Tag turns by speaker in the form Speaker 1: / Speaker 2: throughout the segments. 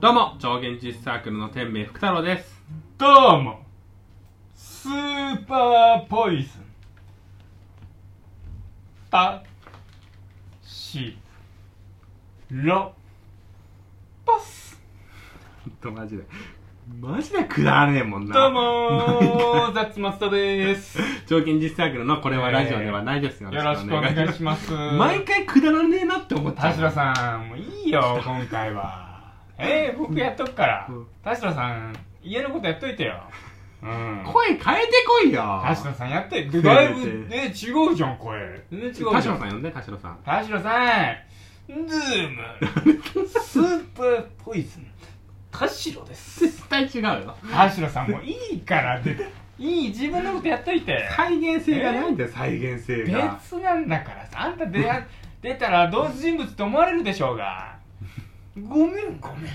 Speaker 1: どうも超現実サークルの天命福太郎です
Speaker 2: どうもスーパーポイズンパシロパス
Speaker 1: ほんとマジでマジでくだらねえもんな
Speaker 2: どうもーザッツマスタですよ
Speaker 1: 超現実サークルのこれはラジオではないですよ、
Speaker 2: ろしくお願いします
Speaker 1: 毎回くだらねえなって思っちゃ
Speaker 2: 田
Speaker 1: う
Speaker 2: 代さんもういいよ今回はえー、僕やっとくから
Speaker 1: うん
Speaker 2: 田代さん家のことやっといてようん
Speaker 1: 声変えてこいよ
Speaker 2: 田代さんやってでだ いぶね違うじゃん声全然違うじゃん
Speaker 1: 田代さん呼んで田代さん
Speaker 2: 田代さんズームスーパーポイズン田代です
Speaker 1: 絶対違うよ
Speaker 2: 田代さんもういいからでいい自分のことやっといて
Speaker 1: 再現性がないんだよ再現性
Speaker 2: 別
Speaker 1: が
Speaker 2: なんだからさあんた出会出たら同一人物と思われるでしょうがごめんごめ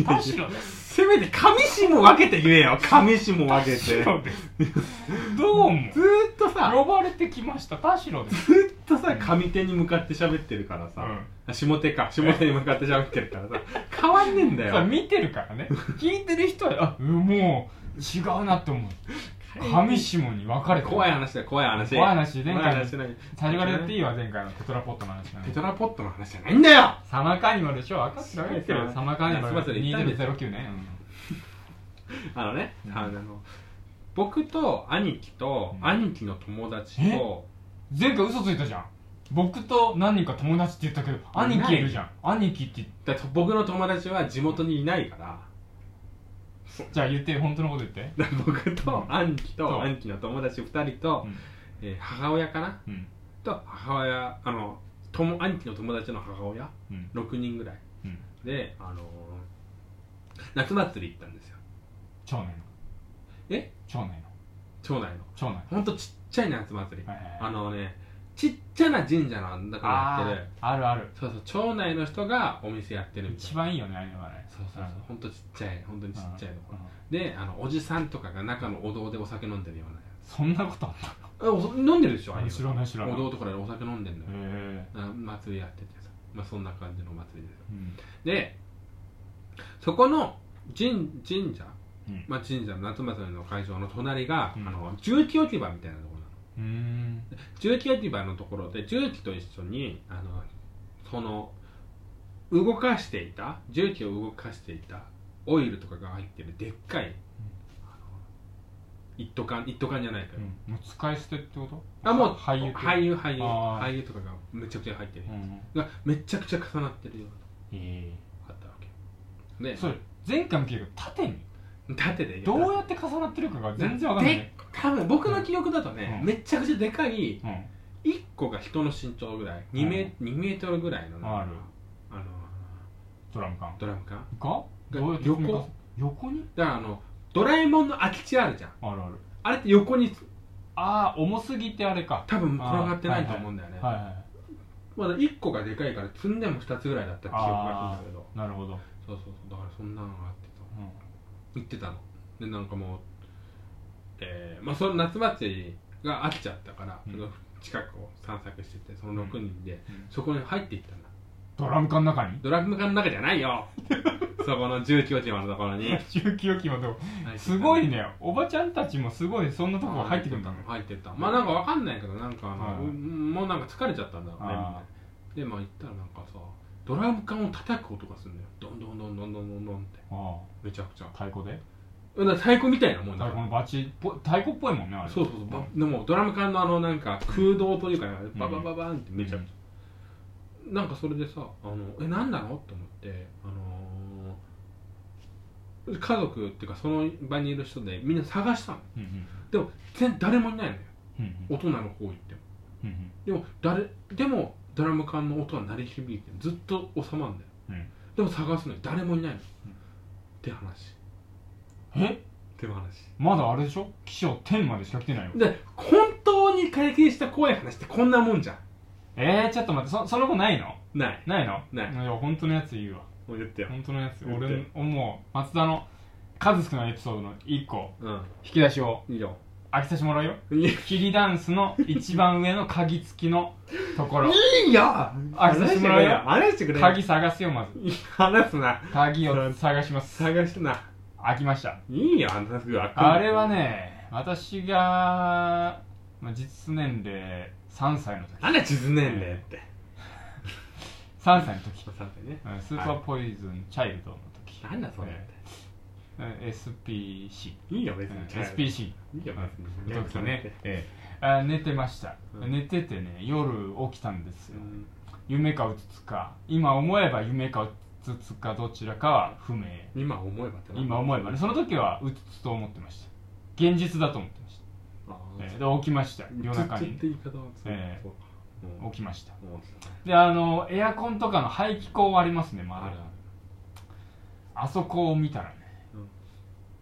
Speaker 2: ん田代です
Speaker 1: せめて上下分けて言え よ上下分けてず
Speaker 2: 田
Speaker 1: ー
Speaker 2: 代ですどうも
Speaker 1: っとさ
Speaker 2: 呼ばれてきました田代です
Speaker 1: ずっとさ上手に向かって喋ってるからさ、下手か下手に向かって喋ってるから さ変わんねえんだ
Speaker 2: そう
Speaker 1: よ
Speaker 2: 見てるからね聞いてる人はあもう違うなって思う上下に分かれてる
Speaker 1: 怖い話だよ怖い話
Speaker 2: 怖い話前
Speaker 1: 怖い
Speaker 2: 回
Speaker 1: 話じゃない
Speaker 2: 最初からやっていいわ前回のテトラポットの話なん
Speaker 1: テ
Speaker 2: で
Speaker 1: トラポットの話じゃないんだよ
Speaker 2: サマーカーニバルでしょ分かってる分かってるサマーカーニバ
Speaker 1: すいませ
Speaker 2: ル
Speaker 1: ん言ったんです
Speaker 2: 2009ね
Speaker 1: あのね、
Speaker 2: うん
Speaker 1: あの僕と兄貴と、
Speaker 2: うん
Speaker 1: 兄貴の友達と
Speaker 2: うん前回嘘ついたじゃん僕と何人か友達って言ったけど兄貴いるじゃん兄貴って
Speaker 1: だと僕の友達は地元にいないから
Speaker 2: じゃあ言って本当のこと言って
Speaker 1: だから僕と
Speaker 2: うん
Speaker 1: 兄貴と
Speaker 2: そう
Speaker 1: 兄貴の友達2人と、
Speaker 2: うん
Speaker 1: えー母親かな
Speaker 2: うん
Speaker 1: と母親あのとも兄貴の友達の母親
Speaker 2: うん
Speaker 1: 6人ぐらい
Speaker 2: うん
Speaker 1: で、あのー夏祭り行ったんですよ
Speaker 2: 長男の
Speaker 1: え
Speaker 2: 長男の
Speaker 1: 町内の
Speaker 2: 長男
Speaker 1: ほんとちっちゃい夏祭り、
Speaker 2: はいはいはい
Speaker 1: あのねちっちゃな神社なんだからやってる
Speaker 2: あーあるある
Speaker 1: そうそう町内の人がお店やってるみたい
Speaker 2: 一
Speaker 1: な
Speaker 2: 番いいよねあれはね
Speaker 1: そうそうそうほんとちっちゃい本当にちっちゃいところ
Speaker 2: うん
Speaker 1: であのおじさんとかが中のお堂でお酒飲んでるようなや
Speaker 2: そんなことあった
Speaker 1: つあおそ飲んでるでしょああいう
Speaker 2: 知らない知らない
Speaker 1: お
Speaker 2: へ
Speaker 1: 堂とかでお酒飲んでるのよ、
Speaker 2: え
Speaker 1: あ祭りやっててさまあそんな感じのお祭りですよ
Speaker 2: うん
Speaker 1: でそこの神神社、
Speaker 2: うん
Speaker 1: まあ、神社の夏祭りの会場の隣が、
Speaker 2: うん
Speaker 1: あの重機置き場みたいなところなの
Speaker 2: うーん
Speaker 1: 重機置き場のところで重機と一緒にあのその動かしていた重機を動かしていたオイルとかが入ってるでっかい、あの一斗缶一斗缶じゃないから、
Speaker 2: うんもう使い捨てってこと
Speaker 1: あもう
Speaker 2: 俳優系
Speaker 1: 俳優俳優
Speaker 2: あー
Speaker 1: 俳優とかがめちゃくちゃ入ってる
Speaker 2: う、ん
Speaker 1: がめちゃくちゃ重なってるよう
Speaker 2: え
Speaker 1: なのがあったわけで
Speaker 2: えそれ前回も聞いたけど縦に
Speaker 1: 縦で
Speaker 2: どうやって重なってるかが全然わかんないね
Speaker 1: 多分僕の記憶だとね、
Speaker 2: うん
Speaker 1: めちゃくちゃでかい
Speaker 2: うん
Speaker 1: 1個が人の身長ぐらい2メ,、2メートルぐらいのなんか
Speaker 2: ある
Speaker 1: あの
Speaker 2: ドラム缶
Speaker 1: ドラム缶
Speaker 2: が
Speaker 1: が
Speaker 2: どうやって組み重横に
Speaker 1: だからあのドラえもんの空き地あるじゃん
Speaker 2: あるある
Speaker 1: あれって横に
Speaker 2: ああ重すぎてあれか
Speaker 1: 多分転がってないと思うんだよね、
Speaker 2: はいは
Speaker 1: まだ1個がでかいから積んでも2つぐらいだった記憶があるんだけど
Speaker 2: いなるほど
Speaker 1: そうそうそうだからそんなのがあってさ
Speaker 2: うん
Speaker 1: 行ってたのでなんかもうえーまあその夏祭りがあっちゃったから、
Speaker 2: うん
Speaker 1: その近くを散策しててその6人で、
Speaker 2: うん
Speaker 1: そこに入っていったんだ
Speaker 2: ドラム缶の中に
Speaker 1: ドラム缶の中じゃない よそこの重機落ち葉のところに
Speaker 2: 重機置きもどうすごいねおばちゃんたちもすごいそんなとこ入ってくるんだね
Speaker 1: 入ってったまあなんかわかんないけどなんかあの、
Speaker 2: はい
Speaker 1: うんもうなんか疲れちゃったんだろうねみんな
Speaker 2: あ
Speaker 1: でまあ行ったらなんかさドラム缶を叩く音がするんだよどんどんどんどんどんどんどんって
Speaker 2: ーあ
Speaker 1: めちゃくちゃ
Speaker 2: ー太鼓で
Speaker 1: だから太鼓みたいなもん
Speaker 2: 太
Speaker 1: だか
Speaker 2: 鼓
Speaker 1: ら
Speaker 2: のバチっぽい太鼓っぽいもんねあれ
Speaker 1: そうそうそうばでもドラム缶のあのなんか空洞というか、ね、ババババーンってめちゃくちゃ、なんかそれでさあのえ何なのと思ってあのー家族っていうかその場にいる人でみんな探したの
Speaker 2: うんうん
Speaker 1: でも全誰もいないのよ
Speaker 2: うん
Speaker 1: 大人の方行っても
Speaker 2: うんうん
Speaker 1: でも誰でもドラム缶の音が鳴り響いてずっと収まるんだよ、
Speaker 2: うん
Speaker 1: でも探すのに誰もいないの、
Speaker 2: うん
Speaker 1: って話っ
Speaker 2: うんえ
Speaker 1: て話
Speaker 2: まだあれでしょ起承天までしか来てないよ
Speaker 1: で本当に解禁した怖い話ってこんなもんじゃん
Speaker 2: えー、ちょっと待ってそその子ないの
Speaker 1: ない
Speaker 2: ないの
Speaker 1: ない
Speaker 2: や本当のやつ言うわ
Speaker 1: もう言ってよ
Speaker 2: 本当のやつ
Speaker 1: 言って
Speaker 2: 俺もう松田の数少ないエピソードの1個
Speaker 1: うん
Speaker 2: 引き出しを
Speaker 1: いいよ
Speaker 2: 飽きさせてもらうよ
Speaker 1: いや
Speaker 2: キリダンスの一番上の鍵付きのところ
Speaker 1: いいよ
Speaker 2: あ
Speaker 1: 話してくれよ話してくれよ
Speaker 2: 鍵探すよまず
Speaker 1: 話すな
Speaker 2: 鍵を探します
Speaker 1: 探してな
Speaker 2: 開きました
Speaker 1: いいよ話すよ
Speaker 2: あれはね私がまあ実年齢3歳の時
Speaker 1: なんで地図ねんだよって
Speaker 2: 3歳の時
Speaker 1: さてね
Speaker 2: うんスーパーポイズン、チャイルドの時
Speaker 1: なんだそれって
Speaker 2: えー SPC
Speaker 1: いいよ別
Speaker 2: う
Speaker 1: に
Speaker 2: ん SPC
Speaker 1: いいよ別に
Speaker 2: の時ね、ええあ寝てました、
Speaker 1: うん
Speaker 2: 寝ててね夜起きたんです
Speaker 1: う
Speaker 2: よ、
Speaker 1: ん
Speaker 2: 夢かうつつか今思えば夢かうつつかどちらかは不明
Speaker 1: 今思えばってな
Speaker 2: 今思えばねその時はうつつと思ってました現実だと思ってました、
Speaker 1: あ
Speaker 2: え
Speaker 1: ー
Speaker 2: えで起きました
Speaker 1: ずっと
Speaker 2: 夜中
Speaker 1: ずっ
Speaker 2: に
Speaker 1: と言い方はずっと
Speaker 2: え
Speaker 1: そう
Speaker 2: 起きました
Speaker 1: うんもう
Speaker 2: であのエアコンとかの排気口ありますねまだあそこを見たらね、
Speaker 1: うん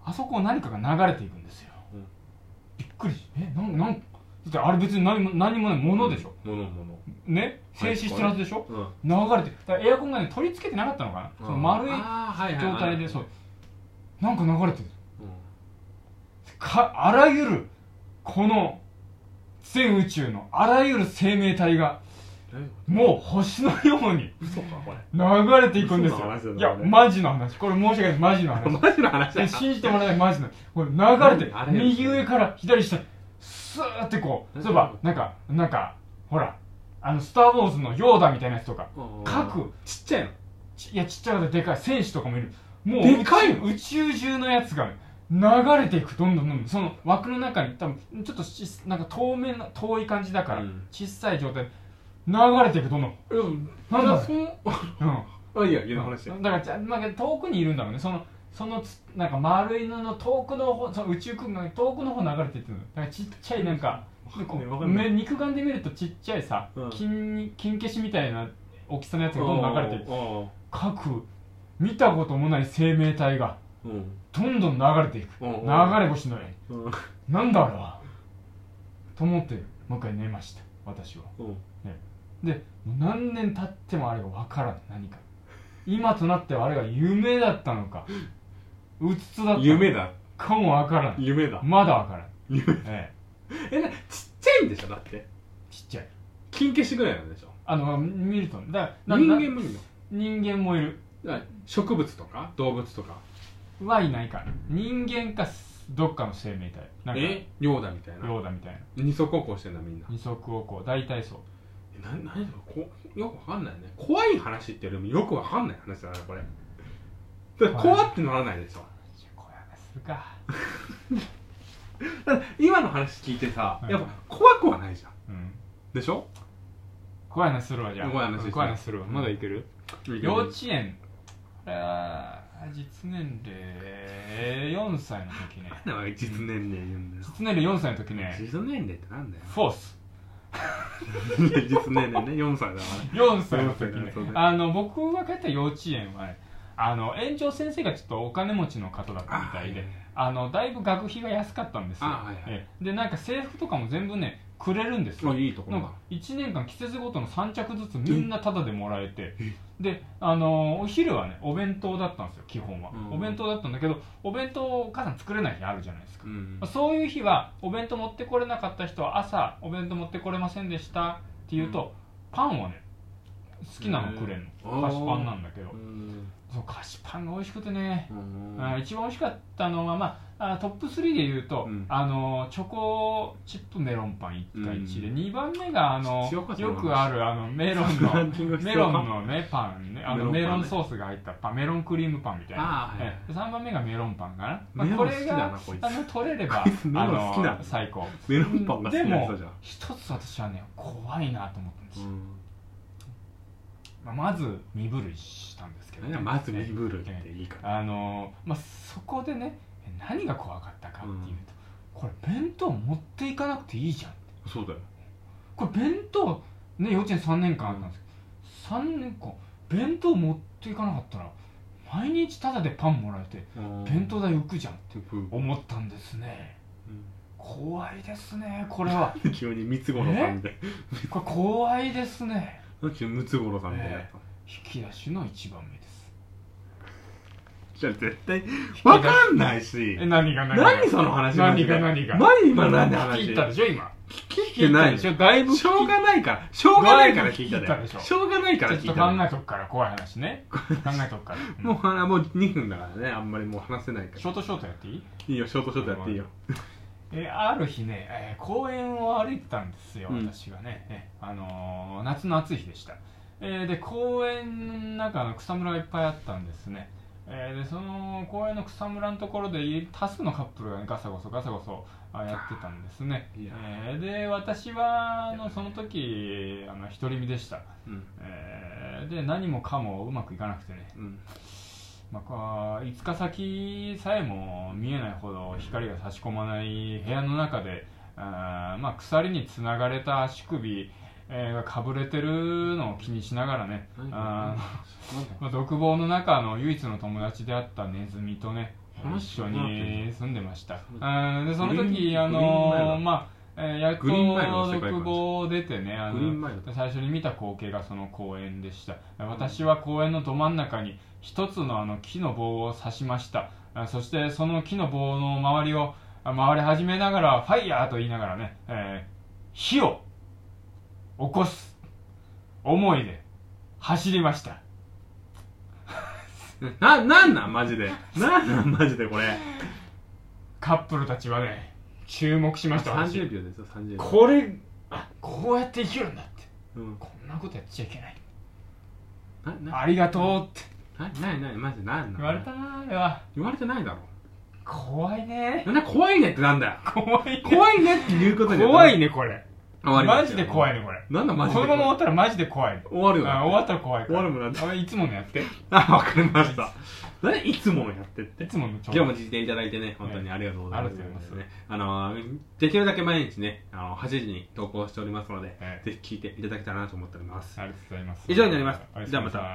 Speaker 2: あそこを何かが流れていくんですよ、
Speaker 1: うん
Speaker 2: びっくりしえなんなんだってあれ別に何も何もないものでしょ、
Speaker 1: 物物
Speaker 2: ね静止してるはずでしょ、
Speaker 1: うん
Speaker 2: 流れてるだからエアコンがね取り付けてなかったのかな、その丸い状態でそうなんか流れてるかあらゆるこの全宇宙のあらゆる生命体がもう星のように
Speaker 1: う嘘かこれ
Speaker 2: 流れていくんです
Speaker 1: 嘘の話だ
Speaker 2: よ
Speaker 1: ない
Speaker 2: や
Speaker 1: これ
Speaker 2: マジの話これ申し訳ないマジ の話
Speaker 1: マジの話だ
Speaker 2: え信じてもらえないマジでこれ流れて
Speaker 1: あれ
Speaker 2: 右上から左下スーってこう
Speaker 1: え
Speaker 2: そういえばなんかなんかほらあの「スター・ウォーズ」のヨーダみたいなやつとか
Speaker 1: うん
Speaker 2: 各
Speaker 1: ちっちゃいの
Speaker 2: ちいやちっちゃくてでかい戦士とかもいるもう
Speaker 1: でかいの
Speaker 2: 宇宙宇宙中のやつが流れていくどんどんどんどんその枠の中に多分ちょっとしなんか透明な遠い感じだから、
Speaker 1: うん
Speaker 2: 小さい状態で流れていくどんどん、
Speaker 1: うん
Speaker 2: なんだ
Speaker 1: その
Speaker 2: う ん、
Speaker 1: あいいや家の話だ
Speaker 2: だからじゃなんか遠くにいるんだろうねそのそのつなんか丸いのの遠くの方その宇宙空間が遠くの方流れてってるのだからちっちゃいなんか
Speaker 1: わかんないわかんない
Speaker 2: 目肉眼で見るとちっちゃいさ、
Speaker 1: うん
Speaker 2: 金に金消しみたいな大きさのやつがどんどん流れてる
Speaker 1: あ
Speaker 2: 各見たこともない生命体が
Speaker 1: ー
Speaker 2: どんどん流れていく
Speaker 1: うん
Speaker 2: 流れ星のよう
Speaker 1: うん
Speaker 2: になんだあれはと思ってもう一回寝ました私は
Speaker 1: うん
Speaker 2: で何年経ってもあれが分からん何か今となってはあれが夢だったのかうつつだったのか
Speaker 1: 夢だ
Speaker 2: かも分からん
Speaker 1: 夢だ
Speaker 2: まだ分からん
Speaker 1: 夢
Speaker 2: ええ
Speaker 1: えなちっちゃいんでしょだって
Speaker 2: ちっちゃい
Speaker 1: 金消しぐらいなんでしょ
Speaker 2: あの見るとねだ
Speaker 1: 人間
Speaker 2: なな
Speaker 1: もいるの
Speaker 2: 人間もいる
Speaker 1: だから植物とか動物とか
Speaker 2: はいないかな人間かすどっかの生命体なんか
Speaker 1: えヨーダみたいな
Speaker 2: ヨーダみたいな
Speaker 1: 二足歩行してんだみんな
Speaker 2: 二足をこう大体そう
Speaker 1: えな何だろうこうよくわかんないね怖い話っていうよりもよくわかんない話だなこれだから怖ってならないでしょ
Speaker 2: じゃあ小屋がするか
Speaker 1: だから今の話聞いてさ
Speaker 2: はい
Speaker 1: やっぱ怖くはないじゃん
Speaker 2: うん
Speaker 1: でしょ
Speaker 2: 怖い話するわじゃあ
Speaker 1: 怖い話する
Speaker 2: 怖い話するわまだいける幼稚園これは実年齢4歳の時ね
Speaker 1: なんだよ実年齢言うんだよ
Speaker 2: 実年齢4歳の時ね
Speaker 1: 実年齢ってなんだよ
Speaker 2: フォース
Speaker 1: 実年齢ね4歳だからね
Speaker 2: 4歳の時
Speaker 1: そうだ
Speaker 2: ね
Speaker 1: そうだ
Speaker 2: あの僕が帰った幼稚園はねあの園長先生がちょっとお金持ちの方だったみたいであのだいぶ学費が安かったんですよ、
Speaker 1: あはいはい
Speaker 2: ええでなんか制服とかも全部ねくれるんですよ
Speaker 1: あいいとこ
Speaker 2: な
Speaker 1: ろ
Speaker 2: ん
Speaker 1: だ
Speaker 2: か1年間季節ごとの3着ずつみんなタダでもらえてであのーお昼はねお弁当だったんですよ基本は、
Speaker 1: うん
Speaker 2: お弁当だったんだけどお弁当をお母さん作れない日あるじゃないですか、
Speaker 1: うん
Speaker 2: まあそういう日はお弁当持ってこれなかった人は朝お弁当持ってこれませんでしたって言うと、パンをね好きなのくれん
Speaker 1: へー
Speaker 2: の菓子パンなんだけど
Speaker 1: うん
Speaker 2: その菓子パンが美味しくてね、
Speaker 1: うん
Speaker 2: あー一番美味しかったのは、まあ、あートップ3で言うと、
Speaker 1: うん
Speaker 2: あのーチョコチップメロンパン1対1で、
Speaker 1: うん
Speaker 2: 2番目があの
Speaker 1: 必要かその
Speaker 2: よ
Speaker 1: 話
Speaker 2: くあるあのメロン
Speaker 1: ラ
Speaker 2: の
Speaker 1: ンキング必
Speaker 2: メ
Speaker 1: 要
Speaker 2: ロ
Speaker 1: か
Speaker 2: ンのねパンねあの
Speaker 1: メ
Speaker 2: メ
Speaker 1: ロンパンね
Speaker 2: ロンソースが入ったパンメロンクリームパンみたいな、
Speaker 1: あーはい
Speaker 2: ええ3番目がメロンパンかな、まあ
Speaker 1: メロン
Speaker 2: こ
Speaker 1: 好き
Speaker 2: れ
Speaker 1: だな
Speaker 2: が
Speaker 1: こいつ
Speaker 2: あの取れれば
Speaker 1: こいつ メロン好きだ
Speaker 2: あの最高
Speaker 1: メロンパンが好きな人じゃん
Speaker 2: 一つ私はね怖いなと思ったんですよ、
Speaker 1: うん
Speaker 2: まあ、まず身震いしたんですけど、
Speaker 1: 何だまず身震いっていいから
Speaker 2: あのーまあ、そこでねえ何が怖かったかっていうと、これ弁当持っていかなくていいじゃん
Speaker 1: そうだよ
Speaker 2: これ弁当ね幼稚園3年間あったんですけど、3年間弁当持っていかなかったら毎日タダでパンもらえて弁当代浮くじゃんって
Speaker 1: 当
Speaker 2: 思ったんですね怖いですねこれ は
Speaker 1: 急に三つ五郎さんみたい
Speaker 2: これ怖いですね
Speaker 1: な急にムツゴロウさんみたいな
Speaker 2: え引き出しの一番目です
Speaker 1: じゃ絶対わかんないし
Speaker 2: え何が何が
Speaker 1: 何その話マジで
Speaker 2: 何が何が
Speaker 1: 何今何の話
Speaker 2: 聞いたでしょ今
Speaker 1: 聞いてない
Speaker 2: 聞いたでしょ
Speaker 1: の
Speaker 2: だいぶ
Speaker 1: しょうがないからしょうがないから聞いた
Speaker 2: だいぶ聞い
Speaker 1: で
Speaker 2: たでしょ
Speaker 1: しょうがないから
Speaker 2: ちょ
Speaker 1: 聞
Speaker 2: っ
Speaker 1: い
Speaker 2: と
Speaker 1: た
Speaker 2: 考
Speaker 1: の
Speaker 2: えとくから怖い話 ね考えとくから、うん
Speaker 1: もうあもう2分だからねあんまりもう話せないか
Speaker 2: ショートショートやっていい
Speaker 1: らいいよショートショートやっていいよ
Speaker 2: えーある日ね、えー公園を歩いてたんですよ、
Speaker 1: うん
Speaker 2: 私がね、えーあのー夏の暑い日でした、えーで公園の中の草むらがいっぱいあったんですね、えーでその公園の草むらのところでい多数のカップルが、ね、ガサゴソガサゴソあやってたんですね、
Speaker 1: いや
Speaker 2: えーで私はあのその時あの独り身でした、
Speaker 1: うん
Speaker 2: えーで何もかもうまくいかなくてね、
Speaker 1: うん
Speaker 2: まあこう、5日先さえも見えないほど光が差し込まない部屋の中で、あーまあ、鎖につながれた足首えーがかぶれてるのを気にしながらね、
Speaker 1: 何
Speaker 2: あ
Speaker 1: 何
Speaker 2: ーまあ、独房の中の唯一の友達であったネズミとね、
Speaker 1: 話
Speaker 2: 一緒に住んでました。
Speaker 1: それ
Speaker 2: あーでその
Speaker 1: グリ
Speaker 2: 時、
Speaker 1: ーン
Speaker 2: あ
Speaker 1: グリーン前
Speaker 2: の
Speaker 1: だ
Speaker 2: ーまあ、えーやっと
Speaker 1: グリーン前の世界観
Speaker 2: 独房を出てね、あの
Speaker 1: グリーン前の
Speaker 2: 最初に見た光景がその公園でした私は公園のど真ん中に一つのあの木の棒を刺しましたあそしてその木の棒の周りをあ回り始めながらファイヤーと言いながらね、えー火を起こす思いで走りました
Speaker 1: な、なんなんマジ で。なんなんマジでこれ。
Speaker 2: カップルたちはね注目しました私
Speaker 1: 30秒ですよ、30秒。
Speaker 2: これあこうやって生きるんだって
Speaker 1: うん。
Speaker 2: こんなことやっちゃいけない
Speaker 1: な、な、
Speaker 2: ありがとうって
Speaker 1: な、な、な、マジでなんなん
Speaker 2: 言われたなあれは
Speaker 1: 言われてないだろ。
Speaker 2: 怖いね
Speaker 1: なんだ、怖いねってなんだよ。
Speaker 2: 怖いね
Speaker 1: 怖いねっていうことに
Speaker 2: 怖い
Speaker 1: ね。
Speaker 2: ねこれ
Speaker 1: 終わり
Speaker 2: マジで怖い
Speaker 1: ね。
Speaker 2: ねこれ
Speaker 1: なんだマジで
Speaker 2: このまま終わ
Speaker 1: 怖い。
Speaker 2: ったらマジで怖い
Speaker 1: 終わる
Speaker 2: あ
Speaker 1: よ。
Speaker 2: 終わったら怖いか
Speaker 1: 終
Speaker 2: ら
Speaker 1: わるもんな
Speaker 2: あいつものやって
Speaker 1: あ、わかりました。なんでいつものやってっ
Speaker 2: い
Speaker 1: て。
Speaker 2: つものちょう
Speaker 1: 今日も聞いていただいてね、本当にありがとうございます。
Speaker 2: ありがとうございます
Speaker 1: ね。あのー、できるだけ毎日ね、あの、8時に投稿しておりますので、
Speaker 2: ええ
Speaker 1: ぜひ聞いていただけたらなと思っております。
Speaker 2: ありがとうございます
Speaker 1: 以上になります
Speaker 2: おや
Speaker 1: じゃあまた
Speaker 2: みなさい